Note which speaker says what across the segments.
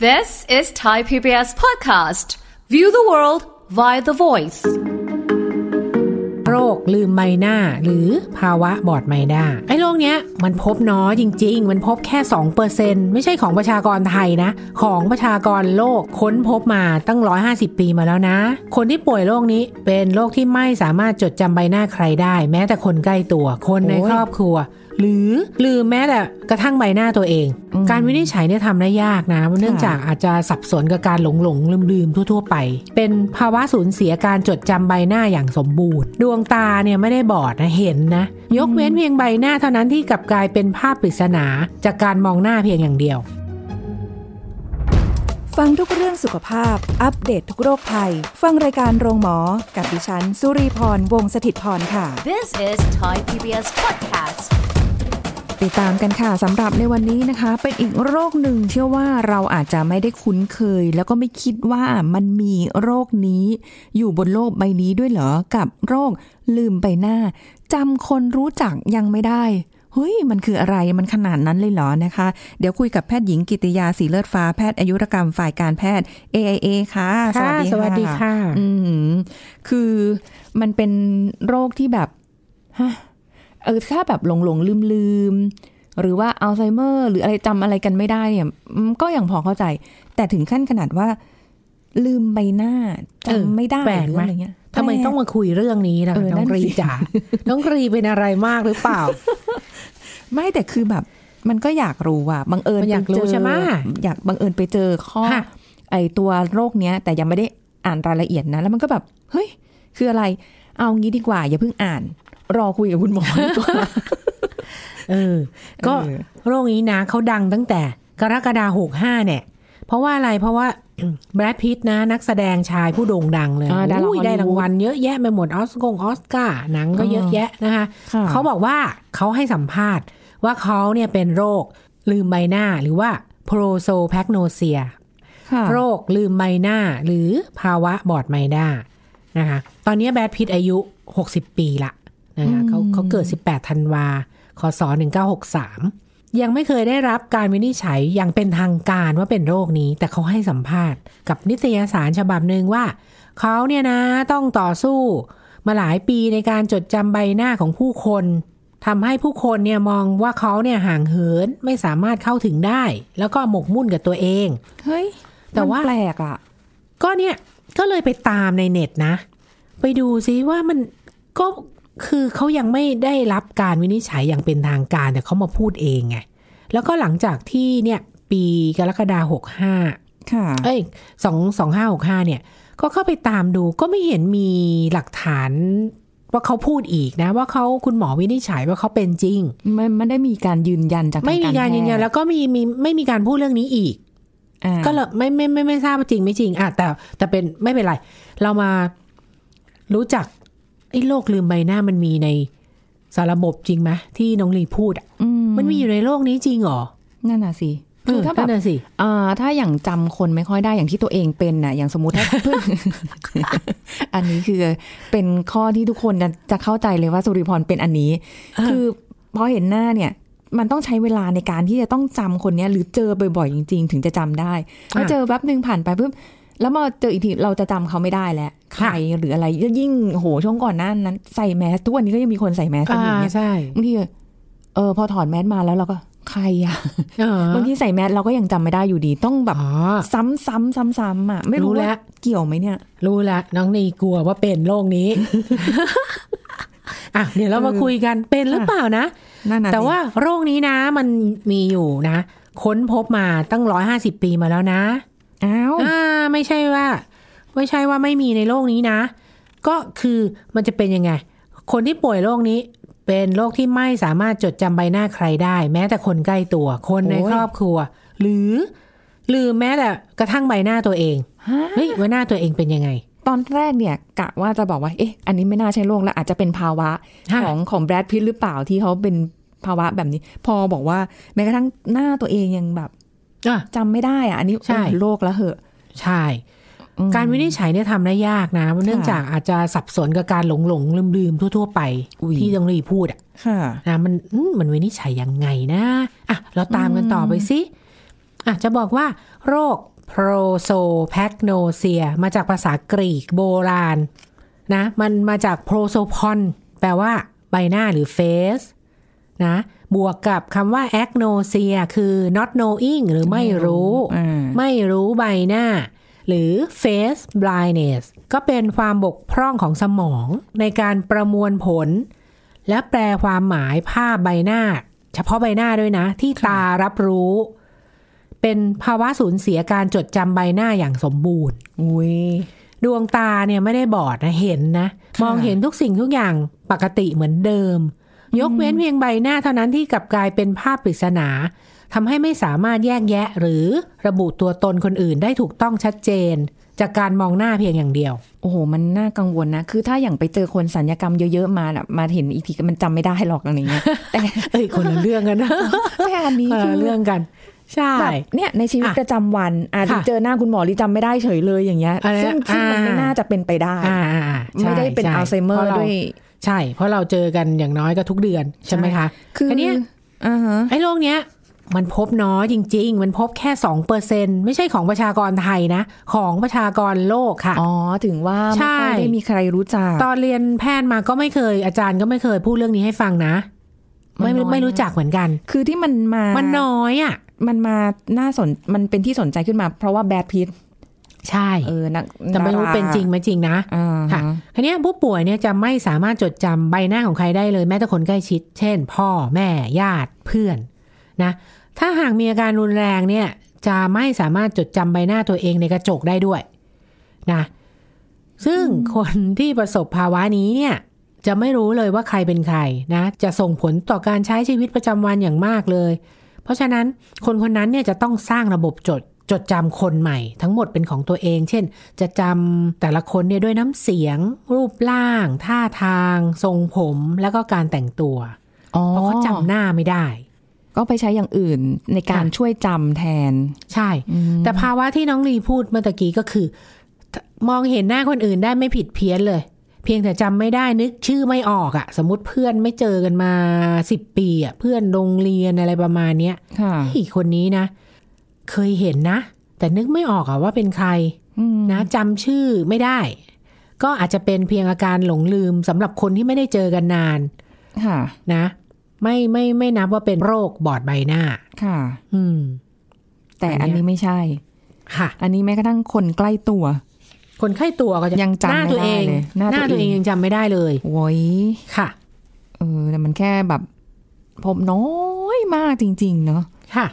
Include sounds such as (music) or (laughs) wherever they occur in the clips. Speaker 1: This is Thai PBS Podcast. View the world via the voice.
Speaker 2: โรคลืมใบหน้าหรือภาวะบอดไมด้าไอ้โรคเนี้ยมันพบน้อยจริง ๆ มันพบแค่ 2%ไม่ใช่ของประชากรไทยนะ ของประชากรโลกค้นพบมาตั้ง 150 ปีมาแล้วนะ คนที่ป่วยโรคนี้เป็นโรคที่ไม่สามารถจดจำใบหน้าใครได้ แม้แต่คนใกล้ตัวคนใน
Speaker 3: โอ้ย
Speaker 2: ครอบครัว หรือลืมแม้แต่กระทั่งใบหน้าตัวเอง การวินิจฉัยเนี่ยทำได้ยากนะเนื่องจากอาจจะสับสนกับการหลงหลงลืมลืมๆทั่ว ๆ ไป เป็นภาวะสูญเสียการจดจำใบหน้าอย่างสมบูรณ์ ดวงตาเนี่ยไม่ได้บอดนะเห็นนะ ยกเว้นเพียงใบหน้าเท่านั้นที่กลับกลายเป็นภาพปริศนาจากการมองหน้าเพียงอย่างเดียว
Speaker 3: ฟังทุกเรื่องสุขภาพ อัปเดตทุกโรคภัย ฟังรายการโรงหมอ กับดิฉัน สุรีพร วงศิตพรค่ะ
Speaker 1: This is Thai PBS Podcast.
Speaker 3: ติดตามกันค่ะสำหรับในวันนี้นะคะ เป็นอีกโรคหนึ่งเชื่อว่าเราอาจจะไม่ได้คุ้นเคย แล้วก็ไม่คิดว่ามันมีโรคนี้ อยู่บนโลกใบนี้ด้วยเหรอ กับโรคลืมใบหน้าจำคนรู้จักยังไม่ได้ เฮ้ย มันคืออะไรมันขนาดนั้นเลยเหรอนะคะ เดี๋ยวคุยกับแพทย์หญิงกิติยาสีเลือดฟ้าแพทย์อายุรกรรมฝ่ายการแพทย์ AIA ค่ะ
Speaker 2: ค่ะสวัสดีค่ะ
Speaker 3: อืมคือมันเป็นโรคที่แบบฮะเออถ้าแบบหลงหลงลืมลืมๆ หรือว่าอัลไซเมอร์ หรืออะไรจำอะไรกันไม่ได้เนี่ยอืมก็ยังพอเข้าใจ แต่ถึงขั้นขนาดว่า ลืมใบหน้า
Speaker 2: เออ
Speaker 3: จำไม่ได้
Speaker 2: แปลก
Speaker 3: หรือ
Speaker 2: ไหม
Speaker 3: อะไรเงี้ย
Speaker 2: ทำไม
Speaker 3: แปลก
Speaker 2: ต้องมาคุยเรื่องนี้ล่ะ
Speaker 3: เออ
Speaker 2: น้
Speaker 3: นั่
Speaker 2: อง
Speaker 3: น
Speaker 2: กรี
Speaker 3: สิ
Speaker 2: จ๋าน้องกรีเป็นอะไรมากหรือเปล่า
Speaker 3: ไม่แต่คือแบบ มันก็อยากรู้ว่าบังเอิญ
Speaker 2: มันอยากรู้
Speaker 3: ปเจ
Speaker 2: ใช่ไหม
Speaker 3: อยากบังเอิญไปเจอข้อ
Speaker 2: ค่ะ
Speaker 3: ไอตัวโรคเนี้ย แต่ยังไม่ได้อ่านรายละเอียดนะ แล้วมันก็แบบ เฮ้ย คืออะไร เอางี้ดีกว่า อย่าเพิ่งอ่าน รอคุยกับคุณหมอดีก
Speaker 2: (laughs)
Speaker 3: ว่า
Speaker 2: เออ ก็
Speaker 3: เออ
Speaker 2: โรคนี้นะเขาดังตั้งแต่กรกฎาหกห้าเนี่ย เพราะว่าอะไรเพราะว่า (clears throat) แบรดพิตนะนักแสดงชายผู้โด่งดังเลย
Speaker 3: อ่าดารา
Speaker 2: อุ้ย
Speaker 3: ฮอลลีวูด
Speaker 2: ได้รางวัลเยอะแยะไปหมดออสกงออสการ์หนังก็
Speaker 3: อ่า
Speaker 2: เยอะแยะนะคะ เขาบอกว่าเขาให้สัมภาษณ์ว่าเขาเนี่ยเป็นโรคลืมใบหน้าหรือว่าโพรโซแพคโนเซีย
Speaker 3: ค่ะ
Speaker 2: โรคลืมใบหน้าหรือภาวะบอดไมด้านะคะตอนนี้แบรดพิตอายุ 60 ปีละนะคะเขาเขาเกิด 18 ธันวาคศ1963 ยังไม่เคยได้รับการวินิจฉัยอย่างเป็นทางการว่าเป็นโรคนี้ แต่เขาให้สัมภาษณ์กับนิตยสารฉบับหนึ่งว่า เขาเนี่ยนะต้องต่อสู้ มาหลายปีในการจดจำใบหน้าของผู้คนทำให้ผู้คนเนี่ยมองว่าเขาเนี่ยห่างเหินไม่สามารถเข้าถึงได้ แล้วก็หมกมุ่นกับตัวเอง
Speaker 3: เฮ้ย
Speaker 2: แต่ว่ามั
Speaker 3: นแปลกอ่ะ
Speaker 2: ก็เนี่ยก็เลยไปตามในเน็ตนะ ไปดูซิว่ามันก็คือเขายังไม่ได้รับการวินิจฉัยอย่างเป็นทางการ แต่เขามาพูดเองไง แล้วก็หลังจากที่เนี่ยปีกรกฎาหกห้า
Speaker 3: ค่ะ
Speaker 2: เอ้ยสองสองห้าหกห้าเนี่ย ก็เข้าไปตามดูก็ไม่เห็นมีหลักฐานว่าเขาพูดอีกนะ ว่าเขาคุณหมอวินิจฉัยว่าเขาเป็นจริง
Speaker 3: มันมันได้มีการยืนยันจากทง
Speaker 2: ไม่มีการยืนยันแล้วก็มีมีไม่มีการพูดเรื่องนี้อีก
Speaker 3: อ่า
Speaker 2: ก็เลยไม่ไม่ไม่ไม่ทราบว่าจริงไม่จริงอ่ะแต่แต่เป็นไม่เป็นไร เรามารู้จักไอ้โรคลืมใบหน้ามันมีในสารบบจริงไหมที่น้องลีพูดอ่ะ
Speaker 3: อืม
Speaker 2: มันมีอยู่ในโลกนี้จริงเหรอ
Speaker 3: นั่นน่ะสิคือถ้า
Speaker 2: เออ
Speaker 3: แบ
Speaker 2: นั่น
Speaker 3: บ
Speaker 2: นะสิ
Speaker 3: อ่าถ้าอย่างจำคนไม่ค่อยได้อย่างที่ตัวเองเป็นน่ะ อย่างสมมติถ้า (laughs) เพื่อน อันนี้คือเป็นข้อที่ทุกคนจะจะเข้าใจเลยว่าสุริพรเป็นอันนี้ คือพอเห็นหน้าเนี่ย มันต้องใช้เวลาในการที่จะต้องจำคนเนี้ย หรือเจอบ่อยๆจริง ๆ ถึงจะจำได้แล้ว
Speaker 2: อ่ะ
Speaker 3: เจอแป๊บหนึ่งผ่านไปปุ๊บแล้วมาเจออีกทีเราจะจำเขาไม่ได้แล้วใคร
Speaker 2: ค่ะ
Speaker 3: หรืออะไรยิ่งโหช่วงก่อนหน้านั้นใส่แมสทุกวันนี้ก็ยังมีคนใส่แมสกันอยู่เนี่ย
Speaker 2: ใช่
Speaker 3: บางทีเออพอถอดแมสมาแล้วเราก็ใครอะ
Speaker 2: เออบ
Speaker 3: างทีใส่แมสเราก็ยังจำไม่ได้อยู่ดี ต้องแบบ
Speaker 2: อ๋อ
Speaker 3: ซ้ำซ้ำซ้ำซ้ำๆอะไม่รู้
Speaker 2: รู้แล้ว
Speaker 3: ่าว เกี่ยวไหมเนี่ย
Speaker 2: รู้ละน้องลีกลัวว่าเป็นโรค
Speaker 3: (laughs)
Speaker 2: นี้ อ่ะเดี๋ยวเรามาคุยกันเป็นหรือเปล่านะ
Speaker 3: นั่นน่ะ
Speaker 2: แต่
Speaker 3: สิ
Speaker 2: ว่าโรคนี้นะมันมีอยู่นะ ค้นพบมาตั้งร้อยห้าสิบปีมาแล้วนะ
Speaker 3: อ้าว
Speaker 2: อ่าไม่ใช่ว่า ไม่ใช่ว่าไม่มีในโลกนี้นะ ก็คือมันจะเป็นยังไง คนที่ป่วยโรคนี้ เป็นโรคที่ไม่สามารถจดจำใบหน้าใครได้ แม้แต่คนใกล้ตัว คนในครอบครัว หรือลืมแม้แต่กระทั่งใบหน้าตัวเอง
Speaker 3: ฮะ
Speaker 2: เฮ้ยว่าหน้าตัวเองเป็นยังไง
Speaker 3: ตอนแรกเนี่ยกะว่าจะบอกว่า เอ๊ะ อันนี้ไม่น่าใช่โรคแล้วอาจจะเป็นภาวะ
Speaker 2: ฮะ
Speaker 3: ของของแบรดพิตหรือเปล่าที่เขาเป็นภาวะแบบนี้ พอบอกว่าแม้กระทั่งหน้าตัวเองยังแบบ
Speaker 2: อ่ะ
Speaker 3: จำไม่ได้อะอันนี้
Speaker 2: ใช่
Speaker 3: เออโรคแล้วเหอะ
Speaker 2: ใช่
Speaker 3: อืม
Speaker 2: การวินิจฉัยเนี่ยทำได้ยากนะเนื่อง
Speaker 3: ค่ะ
Speaker 2: จากอาจจะสับสนกับการหลงหลงลืมลืมๆทั่ว ๆ ไป
Speaker 3: อุ๊ย
Speaker 2: ที่ดงรีพูดอะ
Speaker 3: ค่ะ
Speaker 2: นะมันอืมมันวินิจฉัยยังไงนะอ่ะเราตามกันต่อไปสิ อาจจะบอกว่า โรคโพรโซแพคโนเซีย มาจากภาษากรีกโบราณนะมันมาจากโพรโซพอนแปลว่าใบหน้าหรือเฟสนะบวกกับคำว่าแอคโนเซียคือ not knowing หรือไม่รู้
Speaker 3: อ่า
Speaker 2: ไม่รู้ใบหน้า หรือ face blindness ก็เป็นความบกพร่องของสมองในการประมวลผล และแปลความหมายภาพใบหน้า เฉพาะใบหน้าด้วยนะ ที่ตารับรู้ เป็นภาวะสูญเสียการจดจำใบหน้าอย่างสมบูรณ์
Speaker 3: อุ้ย
Speaker 2: ดวงตาเนี่ยไม่ได้บอดนะเห็นนะ มองเห็นทุกสิ่งทุกอย่างปกติเหมือนเดิม ยกเว้นเพียงใบหน้าเท่านั้นที่กลับกลายเป็นภาพปริศนาทำให้ไม่สามารถแยกแยะหรือระบุตัวตนคนอื่นได้ถูกต้องชัดเจน จากการมองหน้าเพียงอย่างเดียว
Speaker 3: โอ้โห มันน่ากังวลนะ คือถ้าอย่างไปเจอคนสัญญกรรมเยอะๆ มาน่ะมาเห็นอีกทีก็มันจำไม่ได้หรอกอะไรเงี้ย แต่ (laughs)
Speaker 2: เอ้ยคนละเรื่องกันนะ
Speaker 3: แต่อันนี้
Speaker 2: (laughs) คน
Speaker 3: คื
Speaker 2: ละ
Speaker 3: อ
Speaker 2: เรื่องกัน ใช่
Speaker 3: แบบเนี่ยในชีวิต
Speaker 2: อ่ะ
Speaker 3: ประจำวันอาจจะ
Speaker 2: ค่ะ
Speaker 3: เจอหน้าคุณหมอหรือจำไม่ได้เฉยเลยอย่างเงี้ย
Speaker 2: อะไรนะ
Speaker 3: ซึ่งซึ่งมันไม่
Speaker 2: อ่า
Speaker 3: น่าจะเป็นไปได้
Speaker 2: อ่าอ่าอ่าใช่
Speaker 3: ไม่ได้เป็น
Speaker 2: ใช่
Speaker 3: อัลไซเมอร์
Speaker 2: พาา
Speaker 3: ด้วย
Speaker 2: ใช่ เพราะเราเจอกันอย่างน้อยก็ทุกเดือนใช่ไหมคะ
Speaker 3: คืออั
Speaker 2: นเนี้ย
Speaker 3: อ่าฮะ
Speaker 2: ไอ้โรคเนี้ยมันพบน้อยจริง ๆ มันพบแค่สองเปอร์เซ็นไม่ใช่ของประชากรไทยนะ ของประชากรโลกค่ะ
Speaker 3: อ๋อ ถึงว่า
Speaker 2: ใช่
Speaker 3: ไม่ค่อยได้มีใครรู้จัก
Speaker 2: ตอนเรียนแพทย์มาก็ไม่เคย อาจารย์ก็ไม่เคยพูดเรื่องนี้ให้ฟังนะ
Speaker 3: มัน
Speaker 2: ไม่
Speaker 3: น้อย
Speaker 2: ไม่รู้จักเหมือนกัน
Speaker 3: คือที่มันมา
Speaker 2: มันน้อยอ่ะ
Speaker 3: มันมาน่าสน มันเป็นที่สนใจขึ้นมา เพราะว่าแบดพิท
Speaker 2: ใช่
Speaker 3: เออนัก
Speaker 2: แต่ไม่รู้เป็นจริงไม่จริงนะ
Speaker 3: อ่าฮะ
Speaker 2: ค่ะ คันนี้ยผู้ป่วยเนี่ยจะไม่สามารถจดจำใบหน้าของใครได้เลยแม้แต่คนใกล้ชิด เช่น พ่อแม่ญาติเพื่อนนะถ้าหากมีอาการรุนแรงเนี่ยจะไม่สามารถจดจำใบหน้าตัวเองในกระจกได้ด้วยนะซึ่งคนที่ประสบภาวะนี้เนี่ยจะไม่รู้เลยว่าใครเป็นใครนะจะส่งผลต่อการใช้ชีวิตประจำวันอย่างมากเลย เพราะฉะนั้นคนคนนั้นเนี่ยจะต้องสร้างระบบจดจดจำคนใหม่ ทั้งหมดเป็นของตัวเอง เช่น จะจำแต่ละคนเนี่ยด้วยน้ำเสียง รูปร่าง ท่าทาง ทรงผมแล้วก็การแต่งตัว
Speaker 3: อ๋อ
Speaker 2: เพราะเขาจำหน้าไม่ได้
Speaker 3: ก็ไปใช้อย่างอื่นในการ
Speaker 2: ค่ะ
Speaker 3: ช่วยจำแทน
Speaker 2: ใช่ แต่ภาวะที่น้องลีพูดเมื่อตะกี้ก็คือ มองเห็นหน้าคนอื่นได้ไม่ผิดเพี้ยนเลย เพียงแต่จำไม่ได้นึกชื่อไม่ออกอะสมมติเพื่อนไม่เจอกันมาสิบปีอะเพื่อนโรงเรียนอะไรประมาณเนี้ย
Speaker 3: ค่ะ
Speaker 2: เฮ้ยคนนี้นะ เคยเห็นนะ แต่นึกไม่ออกอะว่าเป็นใครนะจำชื่อไม่ได้ ก็อาจจะเป็นเพียงอาการหลงลืมสำหรับคนที่ไม่ได้เจอกันนาน
Speaker 3: ค่ะ
Speaker 2: นะ ไม่ไม่ไม่นับว่าเป็นโรคบอดใบหน้า
Speaker 3: ค่ะ
Speaker 2: อืม
Speaker 3: แต่
Speaker 2: อั
Speaker 3: อั
Speaker 2: น
Speaker 3: น
Speaker 2: เนี้ย
Speaker 3: นี้ไม่ใช่
Speaker 2: ค่ะ
Speaker 3: อันนี้แม้กระทั่งคนใกล้ตัว
Speaker 2: คนไข้ตัวก็จะ
Speaker 3: ยังจำ
Speaker 2: หน้า
Speaker 3: ไม่
Speaker 2: ตัว
Speaker 3: ได้
Speaker 2: เอง
Speaker 3: เลยหน้าตัวเอง
Speaker 2: ตัวเองยังจำไม่ได้เลย
Speaker 3: โว้ย
Speaker 2: ค่ะ
Speaker 3: เออแต่มันแค่แบบ ผมน้อยมากจริง ๆ เนาะ
Speaker 2: ค่ะ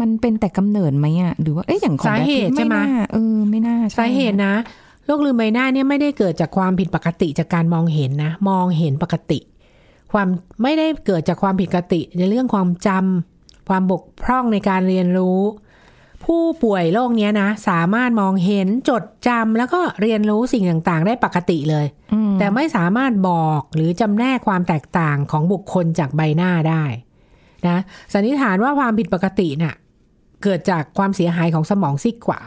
Speaker 3: มันเป็นแต่กำเนิดไหมอะหรือว่าเอ๊ะอย่างของ
Speaker 2: สาเหตุ
Speaker 3: แบบนี้
Speaker 2: ใช่ไหม
Speaker 3: น่าเออไม่น่าใช่
Speaker 2: สาเหตุนะโรคลืมใบหน้าเนี่ยไม่ได้เกิดจากความผิดปกติจากการมองเห็นนะ มองเห็นปกติ ความไม่ได้เกิดจากความผิดปกติในเรื่องความจำความบกพร่องในการเรียนรู้ ผู้ป่วยโรคเนี้ยนะ สามารถมองเห็นจดจำแล้วก็เรียนรู้สิ่งต่างๆ ได้ปกติเลย
Speaker 3: อืม
Speaker 2: แต่ไม่สามารถบอกหรือจำแนกความแตกต่างของบุคคลจากใบหน้าได้นะสันนิษฐานว่าความผิดปกติน่ะเกิดจากความเสียหายของสมองซีกขวา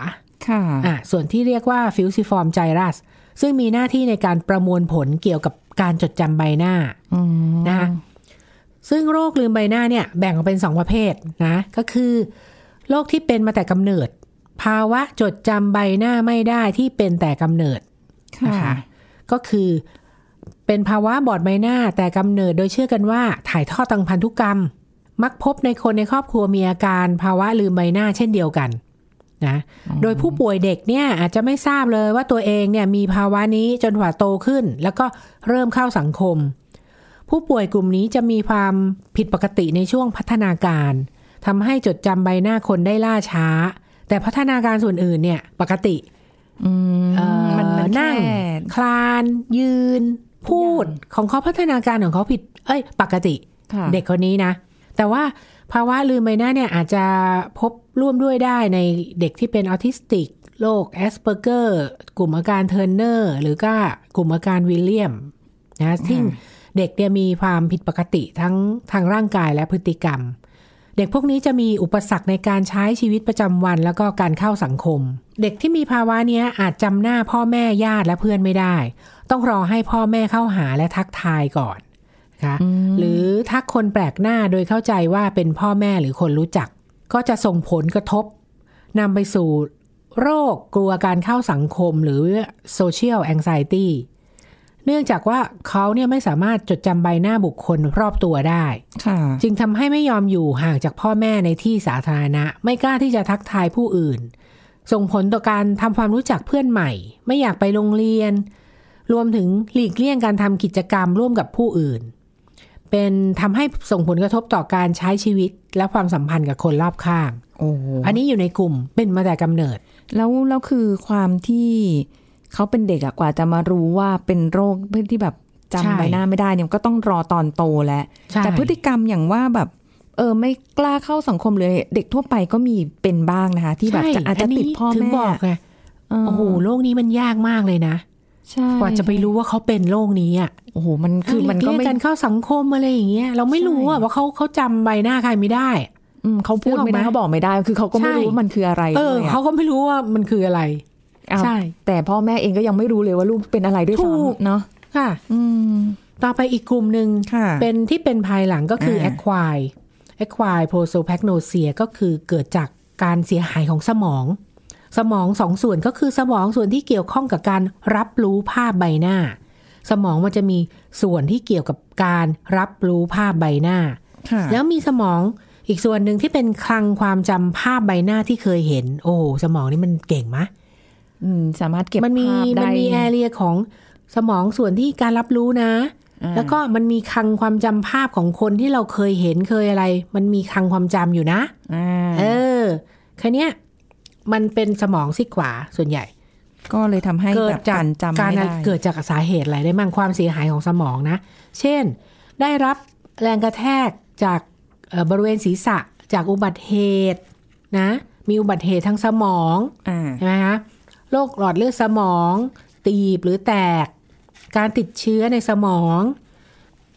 Speaker 3: ค่ะ
Speaker 2: อ่ะส่วนที่เรียกว่าฟิวซิฟอร์มไจรัสซึ่งมีหน้าที่ในการประมวลผลเกี่ยวกับการจดจำใบหน้า
Speaker 3: อืม
Speaker 2: นะคะซึ่งโรคลืมใบหน้าเนี่ยแบ่งออกเป็น 2 ประเภทนะก็คือโรคที่เป็นมาแต่กำเนิด ภาวะจดจำใบหน้าไม่ได้ที่เป็นแต่กำเนิด
Speaker 3: ค่ะ
Speaker 2: นะคะ ก็คือเป็นภาวะบอดใบหน้าแต่กำเนิดโดยเชื่อกันว่าถ่ายทอดทางพันธุกรรม มักพบในคนในครอบครัวมีอาการภาวะลืมใบหน้าเช่นเดียวกันนะโดยผู้ป่วยเด็กเนี่ยอาจจะไม่ทราบเลยว่าตัวเองเนี่ยมีภาวะนี้จนกว่าโตขึ้น แล้วก็เริ่มเข้าสังคม ผู้ป่วยกลุ่มนี้จะมีความผิดปกติในช่วงพัฒนาการทำให้จดจำใบหน้าคนได้ล่าช้า แต่พัฒนาการส่วนอื่นเนี่ยปกติ
Speaker 3: อืม
Speaker 2: เอ่อ
Speaker 3: มันมันแค่
Speaker 2: นั่งคลาน ยืน พูดของเขาพัฒนาการของเขาผิด เอ้ย ปกติ
Speaker 3: ค่ะ
Speaker 2: เด็กคนนี้นะ แต่ว่าภาวะลืมใบหน้าเนี่ยอาจจะพบร่วมด้วยได้ในเด็กที่เป็นออทิสติกโรคแอสเปอร์เกอร์กลุ่มอาการเทอร์เนอร์หรือก็กลุ่มอาการวิลเลียมนะซึ่งเด็กเนี่ยมีความผิดปกติทั้งทางร่างกายและพฤติกรรม เด็กพวกนี้จะมีอุปสรรคในการใช้ชีวิตประจำวันแล้วก็การเข้าสังคม เด็กที่มีภาวะเนี้ยอาจจำหน้าพ่อแม่ญาติและเพื่อนไม่ได้ ต้องรอให้พ่อแม่เข้าหาและทักทายก่อนนะคะหรือทักคนแปลกหน้าโดยเข้าใจว่าเป็นพ่อแม่หรือคนรู้จัก ก็จะส่งผลกระทบนำไปสู่โรคกลัวการเข้าสังคมหรือ social anxiety เนื่องจากว่าเขาเนี่ยไม่สามารถจดจำใบหน้าบุคคลรอบตัวได้
Speaker 3: ค่ะ
Speaker 2: จึงทำให้ไม่ยอมอยู่ห่างจากพ่อแม่ในที่สาธารณะ ไม่กล้าที่จะทักทายผู้อื่น ส่งผลต่อการทำความรู้จักเพื่อนใหม่ ไม่อยากไปโรงเรียน รวมถึงหลีกเลี่ยงการทำกิจกรรมร่วมกับผู้อื่น เป็นทำให้ส่งผลกระทบต่อการใช้ชีวิตและความสัมพันธ์กับคนรอบข้าง
Speaker 3: โอ้โห
Speaker 2: อันนี้อยู่ในกลุ่มเป็นมาแต่กำเนิด
Speaker 3: แล้วแล้วคือความที่เขาเป็นเด็กอะกว่าจะมารู้ว่าเป็นโรคเพื่อที่แบบ
Speaker 2: ใช่
Speaker 3: จำใบหน้าไม่ได้เนี่ยมันก็ต้องรอตอนโตแหล้ว
Speaker 2: ใช่
Speaker 3: แต่พฤติกรรมอย่างว่าแบบ เออไม่กล้าเข้าสังคมเลยเด็กทั่วไปก็มีเป็นบ้างนะคะ ที่แบบจะ
Speaker 2: ใช่
Speaker 3: อาจจะติดพ่อ
Speaker 2: ถึง
Speaker 3: แม่
Speaker 2: บอกไง
Speaker 3: เออ
Speaker 2: โอ้โหโรคนี้มันยากมากเลยนะ
Speaker 3: ใช่
Speaker 2: กว่าจะไปรู้ว่าเขาเป็นโรคนี้อ่ะ
Speaker 3: โอ้โหมันคือมันก็
Speaker 2: หลี
Speaker 3: ไม่
Speaker 2: เลี่ยงการเข้าสังคมอะไรอย่างเงี้ยเราไม่
Speaker 3: ใช่
Speaker 2: รู้อะว่าเขาเขาจำใบหน้าใครไม่ได้
Speaker 3: อืมเขาพูดไม่ได้
Speaker 2: นึกออกไหม
Speaker 3: เขาบอกไม่ได้ คือเขาก็ไม่
Speaker 2: ใช่
Speaker 3: รู้ว่ามันคืออะไร
Speaker 2: เออ
Speaker 3: ด้วยอะ
Speaker 2: เขาก็ไม่รู้ว่ามันคืออะไร
Speaker 3: อ้าว
Speaker 2: ใช่
Speaker 3: แต่พ่อแม่เองก็ยังไม่รู้เลยว่าลูกเป็นอะไรด้วย
Speaker 2: ถูก
Speaker 3: ซ้ำเนาะ
Speaker 2: ค่ะ
Speaker 3: อืม
Speaker 2: ต่อไปอีกกลุ่มหนึ่ง
Speaker 3: ค่ะ
Speaker 2: เป็นที่เป็นภายหลังก็คือ
Speaker 3: อ่า
Speaker 2: acquire acquire prosopagnosia ก็คือเกิดจากการเสียหายของสมอง สมองสองส่วนก็คือสมองส่วนที่เกี่ยวข้องกับการรับรู้ภาพใบหน้า สมองมันจะมีส่วนที่เกี่ยวกับการรับรู้ภาพใบหน้า
Speaker 3: ค่ะ
Speaker 2: แล้วมีสมองอีกส่วนหนึ่งที่เป็นคลังความจำภาพใบหน้าที่เคยเห็น โอ้โหสมองนี่มันเก่งมะ
Speaker 3: อืมสามารถเก็บ
Speaker 2: มัมี
Speaker 3: ภาพ
Speaker 2: มั
Speaker 3: ได้
Speaker 2: มีแอเรียของสมองส่วนที่การรับรู้นะ
Speaker 3: อ่า
Speaker 2: แล้วก็มันมีคลังความจำภาพของคนที่เราเคยเห็นเคยอะไร มันมีคลังความจำอยู่นะ
Speaker 3: อ่า
Speaker 2: เออคันเนี้ยมันเป็นสมองซีกขวาส่วนใหญ่
Speaker 3: ก็เลยทำให้
Speaker 2: เกิ
Speaker 3: แบ
Speaker 2: ด
Speaker 3: บ
Speaker 2: จาก
Speaker 3: การจำ
Speaker 2: การ
Speaker 3: ไม่ได้
Speaker 2: เกิดจากสาเหตุอะไรได้บ้างความเสียหายของสมองนะ เช่น ได้รับแรงกระแทกจากเอ่อบริเวณศีรษะจากอุบัติเหตุนะ มีอุบัติเหตุทางสมอง
Speaker 3: อ่า
Speaker 2: ใช่ไหมคะโรคหลอดเลือดสมอง ตีบหรือแตก การติดเชื้อในสมอง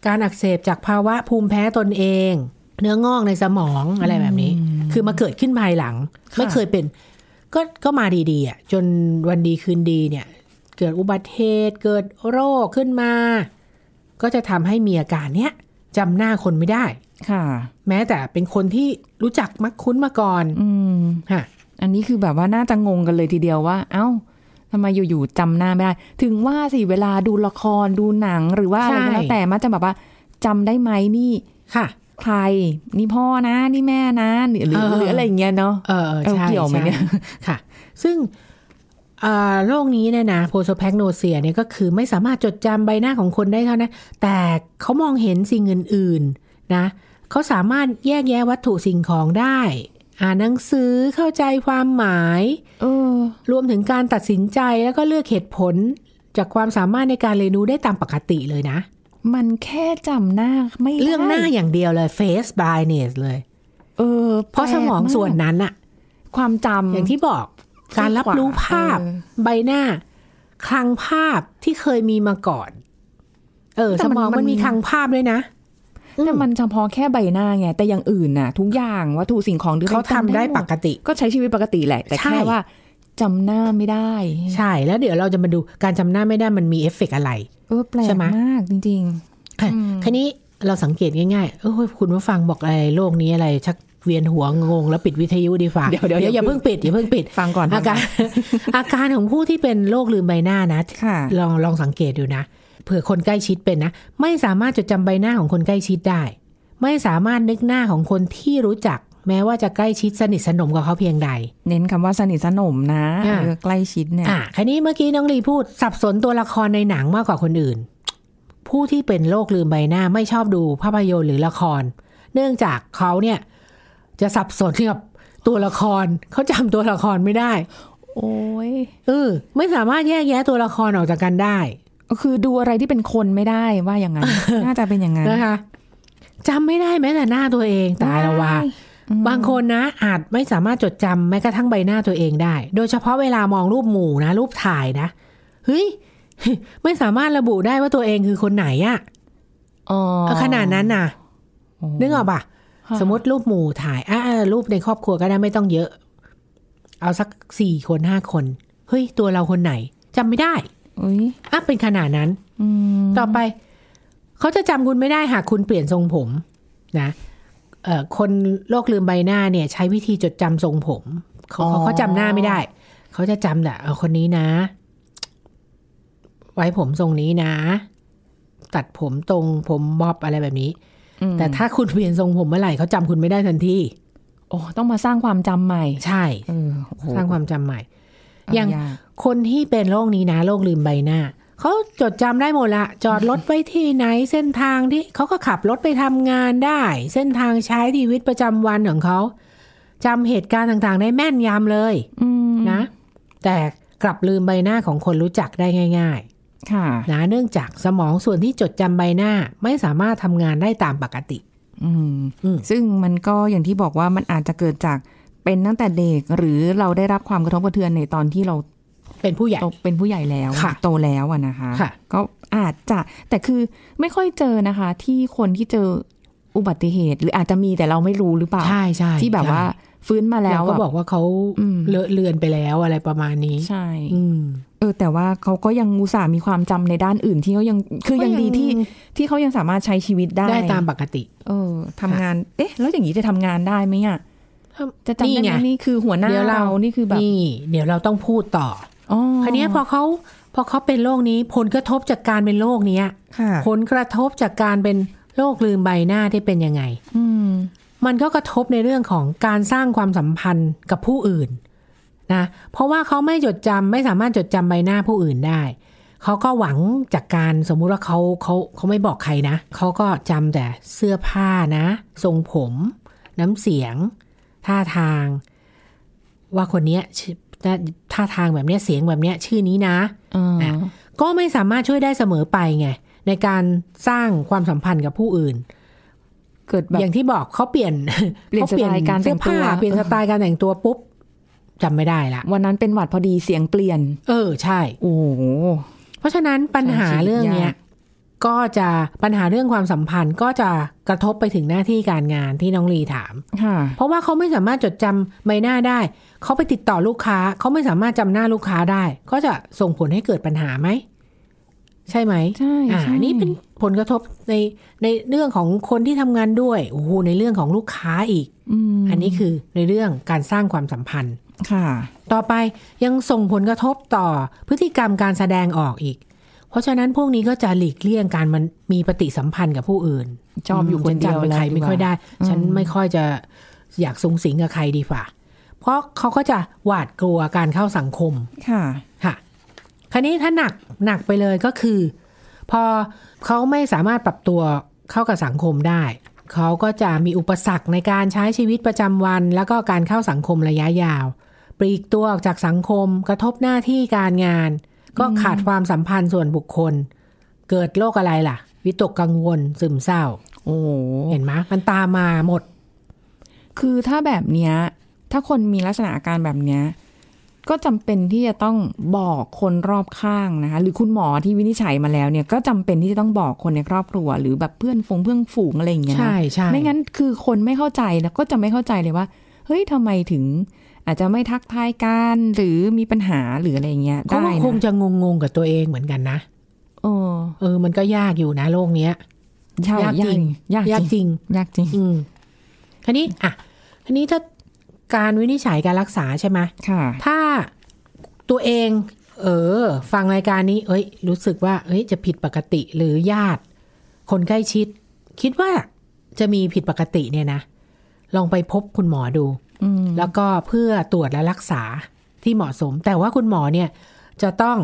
Speaker 2: การอักเสบจากภาวะภูมิแพ้ตนเอง เนื้องอกในสมองอะไรแบบนี้ คือมาเกิดขึ้นภายหลัง ไม่เคยเป็น ก็ก็มาดีๆอ่ะจนวันดีคืนดีเนี่ย เกิดอุบัติเหตุเกิดโรคขึ้นมา ก็จะทำให้มีอาการเนี้ยจำหน้าคนไม่ได้
Speaker 3: ค่ะ
Speaker 2: แม้แต่เป็นคนที่รู้จักมักคุ้นมาก่อน
Speaker 3: อืม
Speaker 2: ฮะ
Speaker 3: อันนี้คือแบบว่าน่าจะงงกันเลยทีเดียวว่า เอ้าทำไมอยู่ๆจำหน้าไม่ได้ ถึงว่าสิเวลาดูละครดูหนังหรือว่าอะไรก็แล้ว
Speaker 2: ใช่
Speaker 3: แต่มันจะแบบว่าจำได้ไหมนี่
Speaker 2: ค่ะ
Speaker 3: ใคร นี่พ่อนะนี่แม่นะหรือหรือ
Speaker 2: เออ
Speaker 3: หรืออะไรอย่างเงี้ยเนาะ
Speaker 2: เออ
Speaker 3: เออ
Speaker 2: ใช่
Speaker 3: เกี่ยวไหม
Speaker 2: ใช่
Speaker 3: เนี่ย
Speaker 2: ค่ะ ซึ่งเอ่อโรคนี้เนี่ยนะโพโซแพกโนเซียเนี่ยก็คือไม่สามารถจดจำใบหน้าของคนได้เท่านั้น แต่เขามองเห็นสิ่งอื่นๆนะเขาสามารถแยกแยะวัตถุสิ่งของได้ อ่านหนังสือเข้าใจความหมาย
Speaker 3: เออ
Speaker 2: รวมถึงการตัดสินใจแล้วก็เลือกเหตุผล จากความสามารถในการเรียนรู้ได้ตามปกติเลยนะ
Speaker 3: มันแค่จำหน้าไม่ได้
Speaker 2: เรื่องหน้าอย่างเดียวเลย face blindness เลย
Speaker 3: เออ
Speaker 2: เพราะสมอง
Speaker 3: แปลกก
Speaker 2: ส่วนนั้นอะ
Speaker 3: ความจำ
Speaker 2: อย่างที่บอกการรับรู้ภาพ
Speaker 3: เออ
Speaker 2: ใบหน้า คลังภาพที่เคยมีมาก่อน เออ สมองมันมีคลังภาพด้วยนะ
Speaker 3: แต่มันเฉพาะแค่ใบหน้าไง แต่อย่างอื่นน่ะ ทุกอย่างวัตถุสิ่งของหรือ
Speaker 2: เขาทำได้ป
Speaker 3: ก
Speaker 2: กติ
Speaker 3: ก็ใช้ชีวิตปกติแหละ แต่
Speaker 2: ใช่
Speaker 3: แค่ว่าจำหน้าไม่ได้
Speaker 2: ใช่แล้วเดี๋ยวเราจะมาดูการจำหน้าไม่ได้มันมีเอฟเฟกต์อะไร
Speaker 3: เออแปล
Speaker 2: ใช่
Speaker 3: ก
Speaker 2: ไหม
Speaker 3: มากจริง
Speaker 2: ค่ะคันนี้เราสังเกตง่ายๆเออคุณผู้ฟังบอกอะไรโลกนี้อะไร ชักเวียนหัวงง แล้วปิดวิทยุดีฝ่า
Speaker 3: เดี๋ยวเดี๋ยว
Speaker 2: อย่า
Speaker 3: อย่าเพิ่
Speaker 2: เพิ่ง
Speaker 3: ง
Speaker 2: ปิดอย่าเพิ่งปิด
Speaker 3: ๆ ฟังก่อน
Speaker 2: อาการ (laughs) อาการของผู้ที่เป็นโรคลืมใบหน้านะ
Speaker 3: ค่ะ
Speaker 2: ลองลองสังเกตดูนะเผื่อคนใกล้ชิดเป็นนะ ไม่สามารถจดจำใบหน้าของคนใกล้ชิดได้ ไม่สามารถนึกหน้าของคนที่รู้จัก แม้ว่าจะใกล้ชิดสนิทสนมกับเขาเพียงใด
Speaker 3: เน้นคำว่าสนิทสนมนะ
Speaker 2: อ่า
Speaker 3: เออใกล้ชิดเนี่ย
Speaker 2: อ่ะคันนี้เมื่อกี้น้องลีพูดสับสนตัวละครในหนังมากกว่าคนอื่น ผู้ที่เป็นโรคลืมใบหน้าไม่ชอบดูภาพยนตร์หรือละคร เนื่องจากเขาเนี่ย จะสับสนกับตัวละครเขาจำตัวละครไม่ได้
Speaker 3: โอ้ย
Speaker 2: เออไม่สามารถแยกแยะตัวละครออกจากกันได้
Speaker 3: คือดูอะไรที่เป็นคนไม่ได้ว่าอย่างนั้น น่าจะเป็นอย่างนั้น
Speaker 2: นะคะจำไม่ได้แม้แต่หน้าตัวเองตายและว่า
Speaker 3: อืม
Speaker 2: บางคนนะอาจไม่สามารถจดจำแม้กระทั่งใบหน้าตัวเองได้ โดยเฉพาะเวลามองรูปหมู่นะ รูปถ่ายนะเฮ้ย (laughs) ไม่สามารถระบุได้ว่าตัวเองคือคนไหนอะ
Speaker 3: อ๋อ
Speaker 2: เอาขนาดนั้นน่ะ
Speaker 3: โอ้
Speaker 2: นึกออกปะ
Speaker 3: ค่ะ
Speaker 2: สมมติรูปหมู่ถ่ายอ่ะอ่ะรูปในครอบครัวก็ได้ไม่ต้องเยอะ เอาสักสี่คนห้าคน เฮ้ย ตัวเราคนไหนจำไม่ได้
Speaker 3: อุ้ย
Speaker 2: อ่ะเป็นขนาดนั้น
Speaker 3: อืม
Speaker 2: ต่อไป เขาจะจำคุณไม่ได้หากคุณเปลี่ยนทรงผมนะ เอ่อคนโรคลืมใบหน้าเนี่ย ใช้วิธีจดจำทรงผมเขา
Speaker 3: อ๋
Speaker 2: เขา
Speaker 3: อ
Speaker 2: เขาจำหน้าไม่ได้ เขาจะจำแต่เอาคนนี้นะ ไว้ผมทรงนี้นะ ตัดผมตรงผมมอบอะไรแบบนี้
Speaker 3: อืม
Speaker 2: แต่ถ้าคุณเปลี่ยนทรงผมเมื่อไหร่เขาจำคุณไม่ได้ทันที
Speaker 3: โอ้ต้องมาสร้างความจำใหม่
Speaker 2: ใช่
Speaker 3: เออโอ้โห
Speaker 2: สร้างความจำใหม่ อย่าง
Speaker 3: ก
Speaker 2: คนที่เป็นโรคนี้นะโรคลืมใบหน้า เขาจดจำได้หมดละ จอดรถไว้ที่ไหนเส้นทางที่เขาก็ขับรถไปทำงานได้ เส้นทางใช้ชีวิตประจำวันของเขาจำเหตุการณ์ต่างๆ ได้แม่นยำเลย
Speaker 3: อืม
Speaker 2: นะ แต่กลับลืมใบหน้าของคนรู้จักได้ง่าย
Speaker 3: ค่ะ
Speaker 2: ๆ นะเนื่องจากสมองส่วนที่จดจำใบหน้าไม่สามารถทำงานได้ตามปกติ
Speaker 3: อืม
Speaker 2: อืม
Speaker 3: ซึ่งมันก็อย่างที่บอกว่ามันอาจจะเกิดจากเป็นตั้งแต่เด็กหรือเราได้รับความกระทบกระเทือนในตอนที่เรา
Speaker 2: เป็นผู้ใหญ่
Speaker 3: โตเป็นผู้ใหญ่แล้ว
Speaker 2: ค่ะ
Speaker 3: โตแล้วอะนะคะ
Speaker 2: ค่ะ
Speaker 3: ก็อาจจะแต่คือไม่ค่อยเจอนะคะ ที่คนที่เจออุบัติเหตุ หรืออาจจะมีแต่เราไม่รู้หรือเปล่า
Speaker 2: ใช่ใช่
Speaker 3: ที่แบบว่าฟื้นมา
Speaker 2: ใช่
Speaker 3: แล้
Speaker 2: เรา
Speaker 3: ว
Speaker 2: ก็
Speaker 3: อะ
Speaker 2: บอกว่าเขา
Speaker 3: อืม
Speaker 2: เลอะเลือนไปแล้วอะไรประมาณนี้
Speaker 3: ใช่
Speaker 2: อืม
Speaker 3: เออแต่ว่าเขาก็ยังอุตส่าห์มีความจำในด้านอื่นที่เขายังคือยังดีที่ที่เขายังสามารถใช้ชีวิตได้
Speaker 2: ได้ตามปกติ
Speaker 3: เออทำงาน เอ๊ะ แล้วอย่างนี้จะทำงานได้ไหมอ่ะ จะจำได้
Speaker 2: นี่
Speaker 3: ไหม
Speaker 2: ไง
Speaker 3: นี่คือหัวหน้า
Speaker 2: เดี๋ยวเรา
Speaker 3: เรานี่คือแบบ
Speaker 2: นี่ เดี๋ยวเราต้องพูดต่อ
Speaker 3: อ๋อ
Speaker 2: อคันนี้ยพอเขาพอเขาเป็นโรคนี้ ผลกระทบจากการเป็นโรคเนี้ย
Speaker 3: ค่ะ
Speaker 2: ผลกระทบจากการเป็นโรคลืมใบหน้าได้เป็นยังไง
Speaker 3: อืม
Speaker 2: มันก็กระทบในเรื่องของการสร้างความสัมพันธ์กับผู้อื่นนะเพราะว่าเขาไม่จดจำไม่สามารถจดจำใบหน้าผู้อื่นได้ เขาก็หวังจากการสมมุติว่าเขาเขาเขาไม่บอกใครนะเขาก็จำแต่เสื้อผ้านะ ทรงผม น้ำเสียง ท่าทาง ว่าคนเนี้ยชื่อท่าทางแบบเนี้ยเสียงแบบเนี้ยชื่อนี้นะ
Speaker 3: เอ่า
Speaker 2: ก็ไม่สามารถช่วยได้เสมอไปไงในการสร้างความสัมพันธ์กับผู้อื่น
Speaker 3: เกิดแบบ
Speaker 2: อย่างที่บอกเขาเปลี่ยน
Speaker 3: เปลี่ยนสไตล์การแต่
Speaker 2: เสื้อง
Speaker 3: ตัว
Speaker 2: ผ้าเปลี่ยนสไตล์การแต่งตัวปุ๊บจำไม่ได้ละ
Speaker 3: วันนั้นเป็นหวัดพอดีเสียงเปลี่ยน
Speaker 2: เออใช่
Speaker 3: โอ้โห
Speaker 2: เพราะฉะนั้นปัญหา
Speaker 3: ใช่ชีวิต
Speaker 2: เรื่องเนี้
Speaker 3: ยาย ก
Speaker 2: ก็จะปัญหาเรื่องความสัมพันธ์ก็จะกระทบไปถึงหน้าที่การงานที่น้องลีถาม
Speaker 3: ค่ะ
Speaker 2: เพราะว่าเขาไม่สามารถจดจำใบหน้าได้ เขาไปติดต่อลูกค้า เขาไม่สามารถจำหน้าลูกค้าได้ ก็จะส่งผลให้เกิดปัญหาไหม ใช่ไหม
Speaker 3: ใช่
Speaker 2: อ่า
Speaker 3: ใช่
Speaker 2: นี่เป็นผลกระทบในในเรื่องของคนที่ทำงานด้วยโอ้โหในเรื่องของลูกค้าอีก
Speaker 3: อืม
Speaker 2: อันนี้คือในเรื่องการสร้างความสัมพันธ์
Speaker 3: ค่ะ
Speaker 2: ต่อไปยังส่งผลกระทบต่อพฤติกรรมการแสดงออกอีก เพราะฉะนั้นพวกนี้ก็จะหลีกเลี่ยงการมันมีปฏิสัมพันธ์กับผู้อื่น
Speaker 3: ชอบอยู่คนเดียว
Speaker 2: ฉัจำป็ใคร
Speaker 3: แล้วดีกว่า
Speaker 2: ไม่ค่อยได้
Speaker 3: อืม
Speaker 2: ฉันไม่ค่อยจะอยากสูงสิงกับใครดีฝ่าเพราะเขาก็จะหวาดกลัวการเข้าสังคม
Speaker 3: ค่ะ
Speaker 2: ค่ะคราวนี้ถ้าหนักหนักไปเลยก็คือ พอเขาไม่สามารถปรับตัวเข้ากับสังคมได้ เขาก็จะมีอุปสรรคในการใช้ชีวิตประจำวัน แล้วก็การเข้าสังคมระยะยาว ปลีกตัวออกจากสังคม กระทบหน้าที่การงาน ก็ขาดความสัมพันธ์ส่วนบุคคล เกิดโรคอะไรล่ะ วิตกกังวลซึมเศร้า
Speaker 3: โอ้โห
Speaker 2: เห็นไหมมันตามมาหมด
Speaker 3: คือถ้าแบบเนี้ย ถ้าคนมีลักษณะอาการแบบเนี้ย ก็จำเป็นที่จะต้องบอกคนรอบข้างนะคะ หรือคุณหมอที่วินิจฉัยมาแล้วเนี่ย ก็จำเป็นที่จะต้องบอกคนในครอบครัว หรือแบบเพื่อนฟงเพื่อนฝูงอะไรอย่างเงี้ยนะ
Speaker 2: ใช่ใช่
Speaker 3: ไม่งั้นคือคนไม่เข้าใจแล้วก็จะไม่เข้าใจเลยว่า เฮ้ยทำไมถึง อาจจะไม่ทักทายกันหรือมีปัญหาหรืออะไรเงี้ย
Speaker 2: เขา
Speaker 3: ได้
Speaker 2: ก็คง
Speaker 3: นะ
Speaker 2: จะงงๆกับตัวเองเหมือนกันนะ
Speaker 3: เออ
Speaker 2: เออ มันก็ยากอยู่นะโรคเนี้ย
Speaker 3: ใช่
Speaker 2: ยากจริง
Speaker 3: ยากจริงยากจ
Speaker 2: จ
Speaker 3: ริง
Speaker 2: ริง
Speaker 3: ยากจริง
Speaker 2: อืมคันนี้อ่ะคันนี้ถ้าการวินิจฉัยการรักษาใช่ไหม
Speaker 3: ค่ะ
Speaker 2: ถ้าตัวเอง เออ ฟังรายการนี้ เอ้ย รู้สึกว่า เอ้ย จะผิดปกติหรือญาติ คนใกล้ชิด คิดว่าจะมีผิดปกติเนี่ยนะ ลองไปพบคุณหมอดู
Speaker 3: อืม
Speaker 2: แล้วก็เพื่อตรวจและรักษาที่เหมาะสม แต่ว่าคุณหมอเนี่ย จะต้อง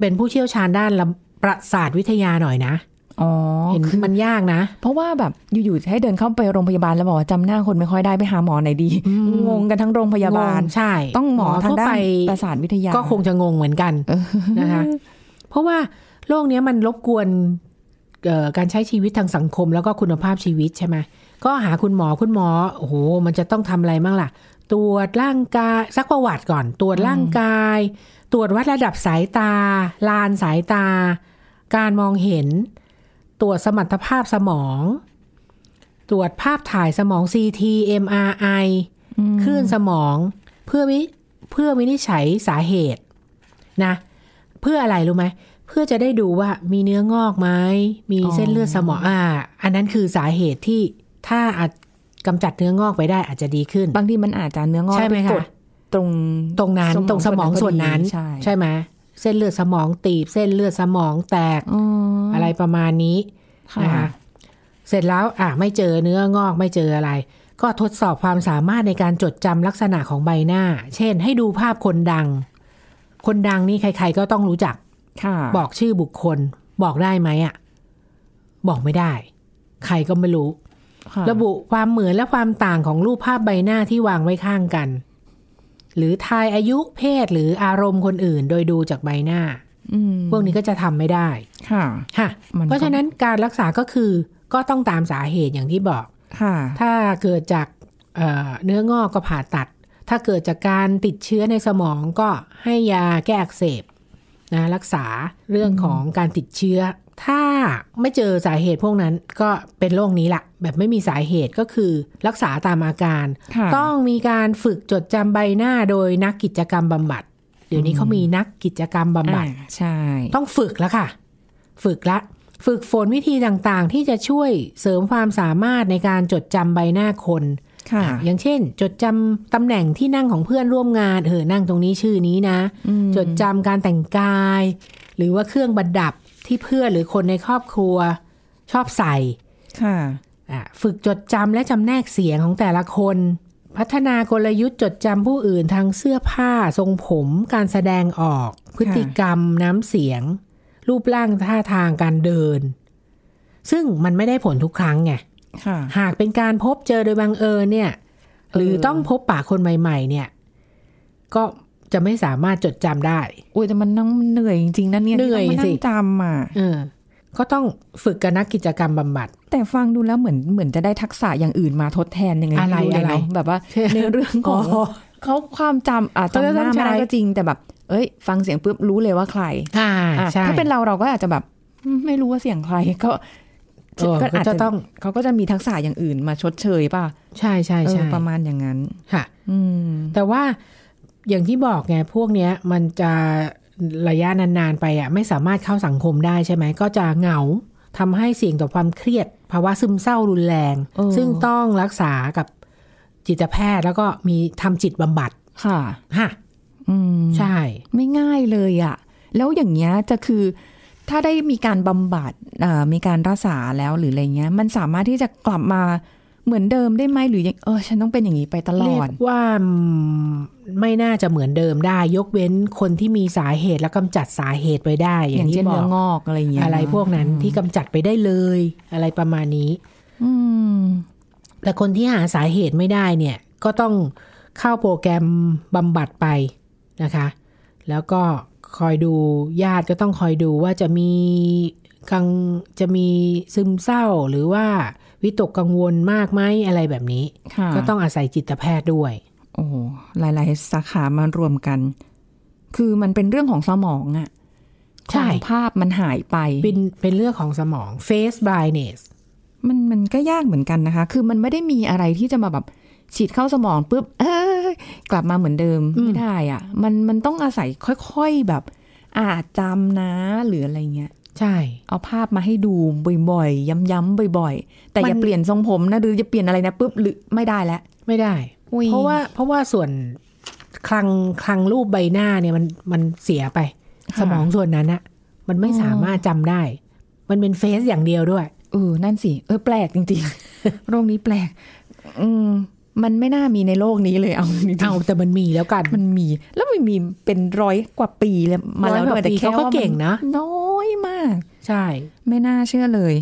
Speaker 2: เป็นผู้เชี่ยวชาญด้านระประสาทวิทยาหน่อยนะ
Speaker 3: อ๋อ
Speaker 2: เห็น
Speaker 3: คือ
Speaker 2: มันยากนะ
Speaker 3: เพราะว่าแบบอยู่ๆให้เดินเข้าไปโรงพยาบาลแล้วบอกว่าจำหน้าคนไม่ค่อยได้ไปหาหมอไหนดี
Speaker 2: อืม
Speaker 3: งงกันทั้งโรงพยาบาล
Speaker 2: งงใช่
Speaker 3: ต้องหมอทาง
Speaker 2: ทั่ว
Speaker 3: ด้า
Speaker 2: ไป
Speaker 3: นประสาทวิทยา
Speaker 2: ก็คงจะงงเหมือนกัน
Speaker 3: เออ
Speaker 2: นะคะ เพราะว่าโรคเนี้ยมันรบกวนเอ่อการใช้ชีวิตทางสังคมแล้วก็คุณภาพชีวิตใช่ไหมก็หาคุณหมอคุณหมอโอ้โหมันจะต้องทำอะไรบ้างล่ะ ตรวจร่างกายซักประวัติก่อน ตรวจร่างกาย ตรวจวัดระดับสายตา ลานสายตา การมองเห็น ตรวจสมรรถภาพสมอง ตรวจภาพถ่ายสมอง CT MRI
Speaker 3: ม
Speaker 2: คลื่นสมองเพื่อวิเพื่อวินิจฉัยสาเหตุนะ เพื่ออะไรรู้ไหมเพื่อจะได้ดูว่ามีเนื้องอกไหมมีเส้นเลือดสมองอ่า อันนั้นคือสาเหตุที่ ถ้าอาจกำจัดเนื้องอกไปได้อาจจะดีขึ้น
Speaker 3: บางทีมันอาจจะเนื้องอก
Speaker 2: ใช่ไหม
Speaker 3: ป
Speaker 2: คะ
Speaker 3: กดตรง
Speaker 2: ตรงนั้นตรงสมองส่วนนั้น
Speaker 3: ใช่
Speaker 2: ไหมเส้นเลือดสมองตีบ เส้นเลือดสมองแตก
Speaker 3: อ๋ออ
Speaker 2: อะไรประมาณนี้นะ
Speaker 3: ค่ะ
Speaker 2: คะเสร็จแล้วอ่ะไม่เจอเนื้องอกไม่เจออะไร ก็ทดสอบความสามารถในการจดจำลักษณะของใบหน้า เช่น ให้ดูภาพคนดัง คนดังนี่ใคร ๆ ก็ต้องรู้จัก
Speaker 3: ค่ะ
Speaker 2: บอกชื่อบุคคลบอกได้ไหมอ่ะ บอกไม่ได้ ใครก็ไม่รู้
Speaker 3: ค่ะ
Speaker 2: ระบุความเหมือนและความต่างของรูปภาพใบหน้าที่วางไว้ข้างกัน หรือทายอายุเพศหรืออารมณ์คนอื่น โดยดูจากใบหน้า
Speaker 3: อืม
Speaker 2: พวกนี้ก็จะทำไม่ได้
Speaker 3: ค่ะ
Speaker 2: ค่ะ
Speaker 3: มันก็
Speaker 2: เพราะฉะนั้นการรักษาก็คือก็ต้องตามสาเหตุอย่างที่บอก
Speaker 3: ค่ะ
Speaker 2: ถ้าเกิดจากเอ่อเนื้องอกก็ผ่าตัด ถ้าเกิดจากการติดเชื้อในสมองก็ให้ยาแก้อักเสบนะรักษาเรื่องของการติดเชื้อ ถ้าไม่เจอสาเหตุพวกนั้นก็เป็นโรคนี้ละแบบไม่มีสาเหตุก็คือรักษาตามอาการ
Speaker 3: ค่ะ
Speaker 2: ต้องมีการฝึกจดจำใบหน้าโดยนักกิจกรรมบำบัด เดี๋ยวนี้เขามีนักกิจกรรมบำบัด
Speaker 3: อ่าใช่
Speaker 2: ต้องฝึกแล้วค่ะ ฝึกละ ฝึกฝนวิธีต่างๆ ที่จะช่วยเสริมความสามารถในการจดจำใบหน้าคน
Speaker 3: ค่ะ
Speaker 2: อย่างเช่น จดจำตำแหน่งที่นั่งของเพื่อนร่วมงานเออนั่งตรงนี้ชื่อนี้นะ จดจำการแต่งกาย หรือว่าเครื่องประดับที่เพื่อนหรือคนในครอบครัว ชอบใส่
Speaker 3: ค่ะ
Speaker 2: อ่ะฝึกจดจำและจำแนกเสียงของแต่ละคน พัฒนากลยุทธ์จดจำผู้อื่นทางเสื้อผ้าทรงผม การแสดงออก พฤติกรรมน้ำเสียง รูปร่างท่าทางการเดิน ซึ่งมันไม่ได้ผลทุกครั้งไง
Speaker 3: ค่ะ
Speaker 2: หากเป็นการพบเจอโดยบังเอิญเนี่ย หรือต้องพบปะคนใหม่ ๆ เนี่ย ก็จะไม่สามารถจดจำได้
Speaker 3: โอ้ยแต่มันนั่งเหนื่อยจริงๆนะเนี่ย
Speaker 2: เหนื่อย
Speaker 3: ที่ต้งมา
Speaker 2: สิ
Speaker 3: นั่งจำอ่ะ
Speaker 2: เออ ก็ต้องฝึกกับนักกิจกรรมบำบัด
Speaker 3: แต่ฟังดูแล้วเหมือนเหมือนจะได้ทักษะอย่างอื่นมาทดแทนยังไง
Speaker 2: อะไร
Speaker 3: ม่เลย
Speaker 2: อะไร
Speaker 3: เนาะแบบว่าในเรื่องของเขาความจำอาจจำหน้าไม่ได้ก็จริง แต่แบบ เอ้ย ฟังเสียงปุ๊บรู้เลยว่าใคร
Speaker 2: อ่า
Speaker 3: อ่ะ
Speaker 2: ใช่
Speaker 3: ถ้าเป็นเราเราก็อาจจะแบบอืมไม่รู้ว่าเสียงใครก็
Speaker 2: เออก็จะต้อง
Speaker 3: เขาก็จะมีทักษะอย่างอื่นมาชดเชยป่ะ
Speaker 2: ใช่ใช่
Speaker 3: เอ
Speaker 2: ใช่
Speaker 3: อประมาณอย่างนั้น
Speaker 2: ค่ะ
Speaker 3: อืม
Speaker 2: แต่ว่าอย่างที่บอกไงพวกเนี้ย มันจะระยะนานๆไปอ่ะ ไม่สามารถเข้าสังคมได้ใช่ไหม ก็จะเหงาทำให้เสี่ยงต่อความเครียดภาวะซึมเศร้ารุนแรง
Speaker 3: เออ
Speaker 2: ซึ่งต้องรักษากับจิตแพทย์แล้วก็มีทำจิตบำบัด
Speaker 3: ค่ะ
Speaker 2: ฮะ
Speaker 3: อืม
Speaker 2: ใช่
Speaker 3: ไม่ง่ายเลยอะแล้วอย่างเงี้ยจะคือถ้าได้มีการบำบัดเอ่อมีการรักษาแล้วหรืออะไรเงี้ย มันสามารถที่จะกลับมาเหมือนเดิมได้ไหมหรือยังเออ ฉันต้องเป็นอย่างนี้ไปตล
Speaker 2: เรี
Speaker 3: อย ด
Speaker 2: กว่าไม่น่าจะเหมือนเดิมได้ ยกเว้นคนที่มีสาเหตุและกำจัดสาเหตุไปได้
Speaker 3: อย่
Speaker 2: อา
Speaker 3: ย่าง ง
Speaker 2: ที่
Speaker 3: เช่น
Speaker 2: บอ
Speaker 3: เนื้
Speaker 2: ก
Speaker 3: องอกอะไรเงี้ย
Speaker 2: อะไรพวกนั้นที่กำจัดไปได้เลย อะไรประมาณนี้
Speaker 3: อืม
Speaker 2: แต่คนที่หาสาเหตุไม่ได้เนี่ย ก็ต้องเข้าโปรแกรมบำบัดไปนะคะ แล้วก็คอยดูญาติก็ต้องคอยดูว่าจะมีกังจะมีซึมเศร้าหรือว่าวิตกกังวลมากไหมอะไรแบบนี้
Speaker 3: ค่ะ
Speaker 2: ก็ต้องอาศัยจิตแพทย์ด้วย
Speaker 3: โอ้โหหลาย ๆ สาขามารวมกัน คือมันเป็นเรื่องของสมองอะ
Speaker 2: ใช่
Speaker 3: ของภาพมันหายไป
Speaker 2: เป็นเป็นเรื่องของสมอง face blindness
Speaker 3: มันมันก็ยากเหมือนกันนะคะ คือมันไม่ได้มีอะไรที่จะมาแบบฉีดเข้าสมองปุ๊บ เอ้ยกลับมาเหมือนเดิมไม่ได้อะมันมันต้องอาศัยค่อยๆแบบ อาจจำนะหรืออะไรเงี้ย
Speaker 2: ใช่
Speaker 3: เอาภาพมาให้ดูบ่อยๆ ย้ำๆบ่อยๆ แต่อย่า
Speaker 2: มัน
Speaker 3: เปลี่ยนทรงผมนะหรือจะเปลี่ยนอะไรนะปุ๊บหรือไม่ได้แล้ว
Speaker 2: ไม่ได้
Speaker 3: อุ๊ย
Speaker 2: เพราะว่าเพราะว่าส่วนคลังคลังรูปใบหน้าเนี่ยมันมันเสียไป สมองส่วนนั้นอะมันไม่สามารถจำได้ มันเป็นเฟซอย่างเดียวด้วย
Speaker 3: เออ นั่นสิ เออ แปลกจริง (laughs) ๆ โรคนี้แปลก อืมมันไม่น่ามีในโลกนี้เลยเอาจริงๆ
Speaker 2: เอาแต่มันมีแล้วกัน
Speaker 3: มันมีแล้วมันมีเป็นร้อยกว่าปีแล้วมาแล้ว
Speaker 2: ร้อยกว่า
Speaker 3: ด้วยแต่
Speaker 2: ปี
Speaker 3: แค่
Speaker 2: เขาก็
Speaker 3: ว่า
Speaker 2: เก่งนะ
Speaker 3: น้อยมาก
Speaker 2: ใช่
Speaker 3: ไม่น่าเชื่อเลย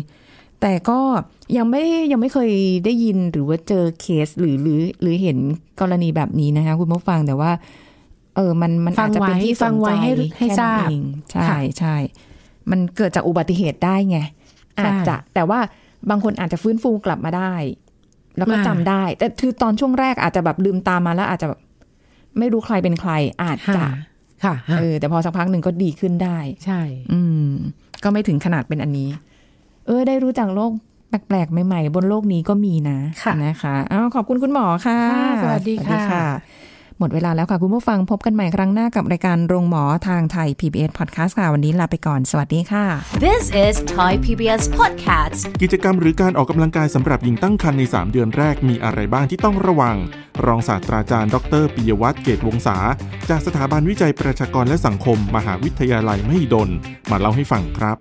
Speaker 3: แต่ก็ยังไม่ยังไม่เคยได้ยินหรือว่าเจอเคสหรือหรือ หรือเห็นกรณีแบบนี้นะคะ คุณผู้ฟังแต่ว่า เออมันมัน
Speaker 2: ฟัง
Speaker 3: อาจจะเป็น
Speaker 2: ไว้
Speaker 3: ที่ส
Speaker 2: ฟั
Speaker 3: น
Speaker 2: งไว้
Speaker 3: ใจ
Speaker 2: ให้ให้
Speaker 3: แค่
Speaker 2: ทราบ
Speaker 3: นั้นเองใช่
Speaker 2: ค่ะ
Speaker 3: ใช่ มันเกิดจากอุบัติเหตุได้ไง
Speaker 2: ใช่
Speaker 3: อาจจะแต่ว่าบางคนอาจจะฟื้นฟูกลับมาได้ แล้วก็
Speaker 2: มา
Speaker 3: จำได้ แต่คือตอนช่วงแรกอาจจะแบบลืมตามมาแล้ว อาจจะแบบไม่รู้ใครเป็นใคร อาจจะ
Speaker 2: ค่ะ ค่ะฮะ
Speaker 3: เออแต่พอสักพักหนึ่งก็ดีขึ้นได้
Speaker 2: ใช่
Speaker 3: อืม ก็ไม่ถึงขนาดเป็นอันนี้ เออ ได้รู้จักโลกแปลกๆใหม่ๆ บนโลกนี้ก็มีนะ
Speaker 2: ค่ะ
Speaker 3: นะคะอ้าวขอบคุณคุณหมอค่ะ
Speaker 2: ค่ะสวัสดีค่ะ
Speaker 3: วัส หมดเวลาแล้วค่ะคุณผู้ฟังพบกันใหม่ครั้งหน้ากับรายการโรงหมอทางไทย PBS Podcast ค่ะวันนี้ลาไปก่อนสวัสดีค่ะ
Speaker 1: This is Thai PBS Podcast.
Speaker 4: กิจกรรมหรือการออกกำลังกายสำหรับหญิงตั้งครรภ์ใน 3 เดือนแรกมีอะไรบ้างที่ต้องระวัง รองศาสตราจารย์ดรปิยวัฒน์เกตวงศาจากสถาบันวิจัยประชากรและสังคม มหาวิทยาลัยมหิดล มาเล่าให้ฟังครับ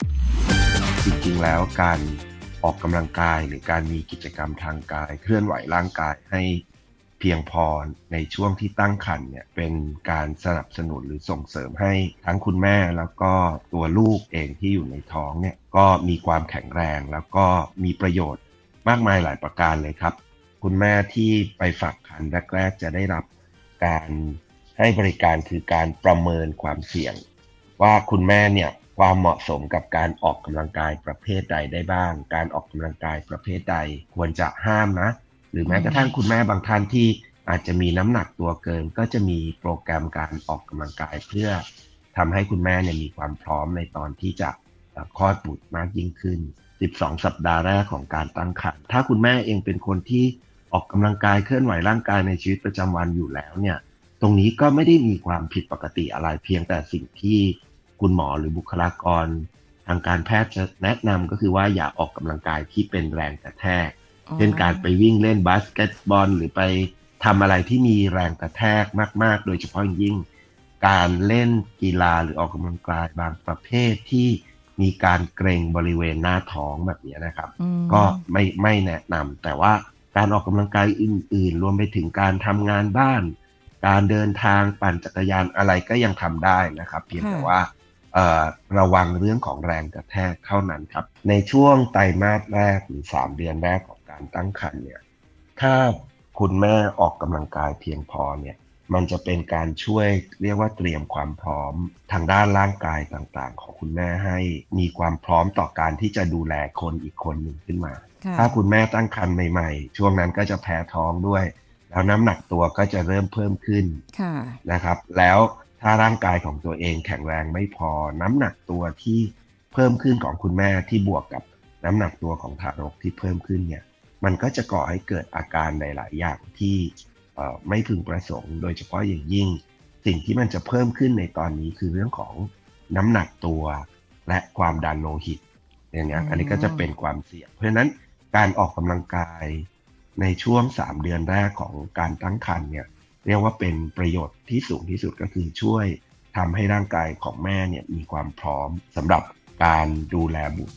Speaker 5: จริงๆ แล้วการออกกำลังกายหรือการมีกิจกรรมทางกาย เคลื่อนไหวร่างกายให้เพียงพอในช่วงที่ตั้งครรภ์เนี่ยเป็นการสนับสนุนหรือส่งเสริมให้ทั้งคุณแม่แล้วก็ตัวลูกเองที่อยู่ในท้องเนี่ยก็มีความแข็งแรงแล้วก็มีประโยชน์มากมายหลายประการเลยครับ คุณแม่ที่ไปฝากคันแรกๆจะได้รับการให้บริการคือการประเมินความเสี่ยง ว่าคุณแม่เนี่ยความเหมาะสมกับการออกกำลังกายประเภทใดได้บ้าง การออกกำลังกายประเภทใดควรจะห้ามนะ หรือแม้กระทั่งคุณแม่บางท่านที่อาจจะมีน้ำหนักตัวเกิน ก็จะมีโปรแกรมการออกกำลังกายเพื่อทำให้คุณแม่เนี่ยมีความพร้อมในตอนที่จะ เอ่อคลอดบุตรมากยิ่งขึ้น 12 สัปดาห์แรกของการตั้งครรภ์ ถ้าคุณแม่เองเป็นคนที่ออกกำลังกายเคลื่อนไหวร่างกายในชีวิตประจำวันอยู่แล้วเนี่ย ตรงนี้ก็ไม่ได้มีความผิดปกติอะไรเพียงแต่สิ่งที่คุณหมอหรือบุคลากร ทางการแพทย์จะแนะนำก็คือว่าอย่าออกกำลังกายที่เป็นแรงกระแทก เช่นการไปวิ่งเล่นบาสเกตบอล หรือไปทำอะไรที่มีแรงกระแทกมาก ๆ โดยเฉพาะอย่างยิ่ง การเล่นกีฬาหรือออกกำลังกายบางประเภทที่มีการเกรงบริเวณหน้าท้องแบบนี้นะครับ
Speaker 3: อืม
Speaker 5: ก็ไม่ไม่แนะนำแต่ว่าการออกกำลังกายอื่น ๆ รวมไปถึงการทำงานบ้าน การเดินทางปั่นจักรยานอะไรก็ยังทำได้นะครับ เพียงแต่
Speaker 3: ค่ะ
Speaker 5: ว่าเอ่อระวังเรื่องของแรงกระแทกเท่านั้นครับ ในช่วงไตรมาสแรกหรือสามเดือนแรกของการตั้งครรภ์เนี่ยถ้าคุณแม่ออกกำลังกายเพียงพอเนี่ย มันจะเป็นการช่วยเรียกว่าเตรียมความพร้อมทางด้านร่างกายต่างๆ ของคุณแม่ให้มีความพร้อมต่อการที่จะดูแลคนอีกคนหนึ่งขึ้นมา
Speaker 3: ค่ะ
Speaker 5: ถ้าคุณแม่ตั้งครรภ์ใหม่ๆ ช่วงนั้นก็จะแพ้ท้องด้วย แล้วน้ำหนักตัวก็จะเริ่มเพิ่มขึ้น
Speaker 3: ค่ะ
Speaker 5: นะครับ แล้วถ้าร่างกายของตัวเองแข็งแรงไม่พอ น้ำหนักตัวที่เพิ่มขึ้นของคุณแม่ที่บวกกับน้ำหนักตัวของทารกที่เพิ่มขึ้นเนี่ย มันก็จะก่อให้เกิดอาการหลาย ๆ อย่างที่เอ่อไม่พึงประสงค์ โดยเฉพาะอย่างยิ่ง สิ่งที่มันจะเพิ่มขึ้นในตอนนี้คือเรื่องของน้ำหนักตัวและความดันโลหิต อย่างเงี้ย
Speaker 3: อืม
Speaker 5: อันนี้ก็จะเป็นความเสี่ยง เพราะฉะนั้นการออกกำลังกายในช่วง 3 เดือนแรกของการตั้งครรภ์เนี่ยเรียกว่าเป็นประโยชน์ที่สูงที่สุดก็คือช่วยทำให้ร่างกายของแม่เนี่ยมีความพร้อมสำหรับการดูแลบุตร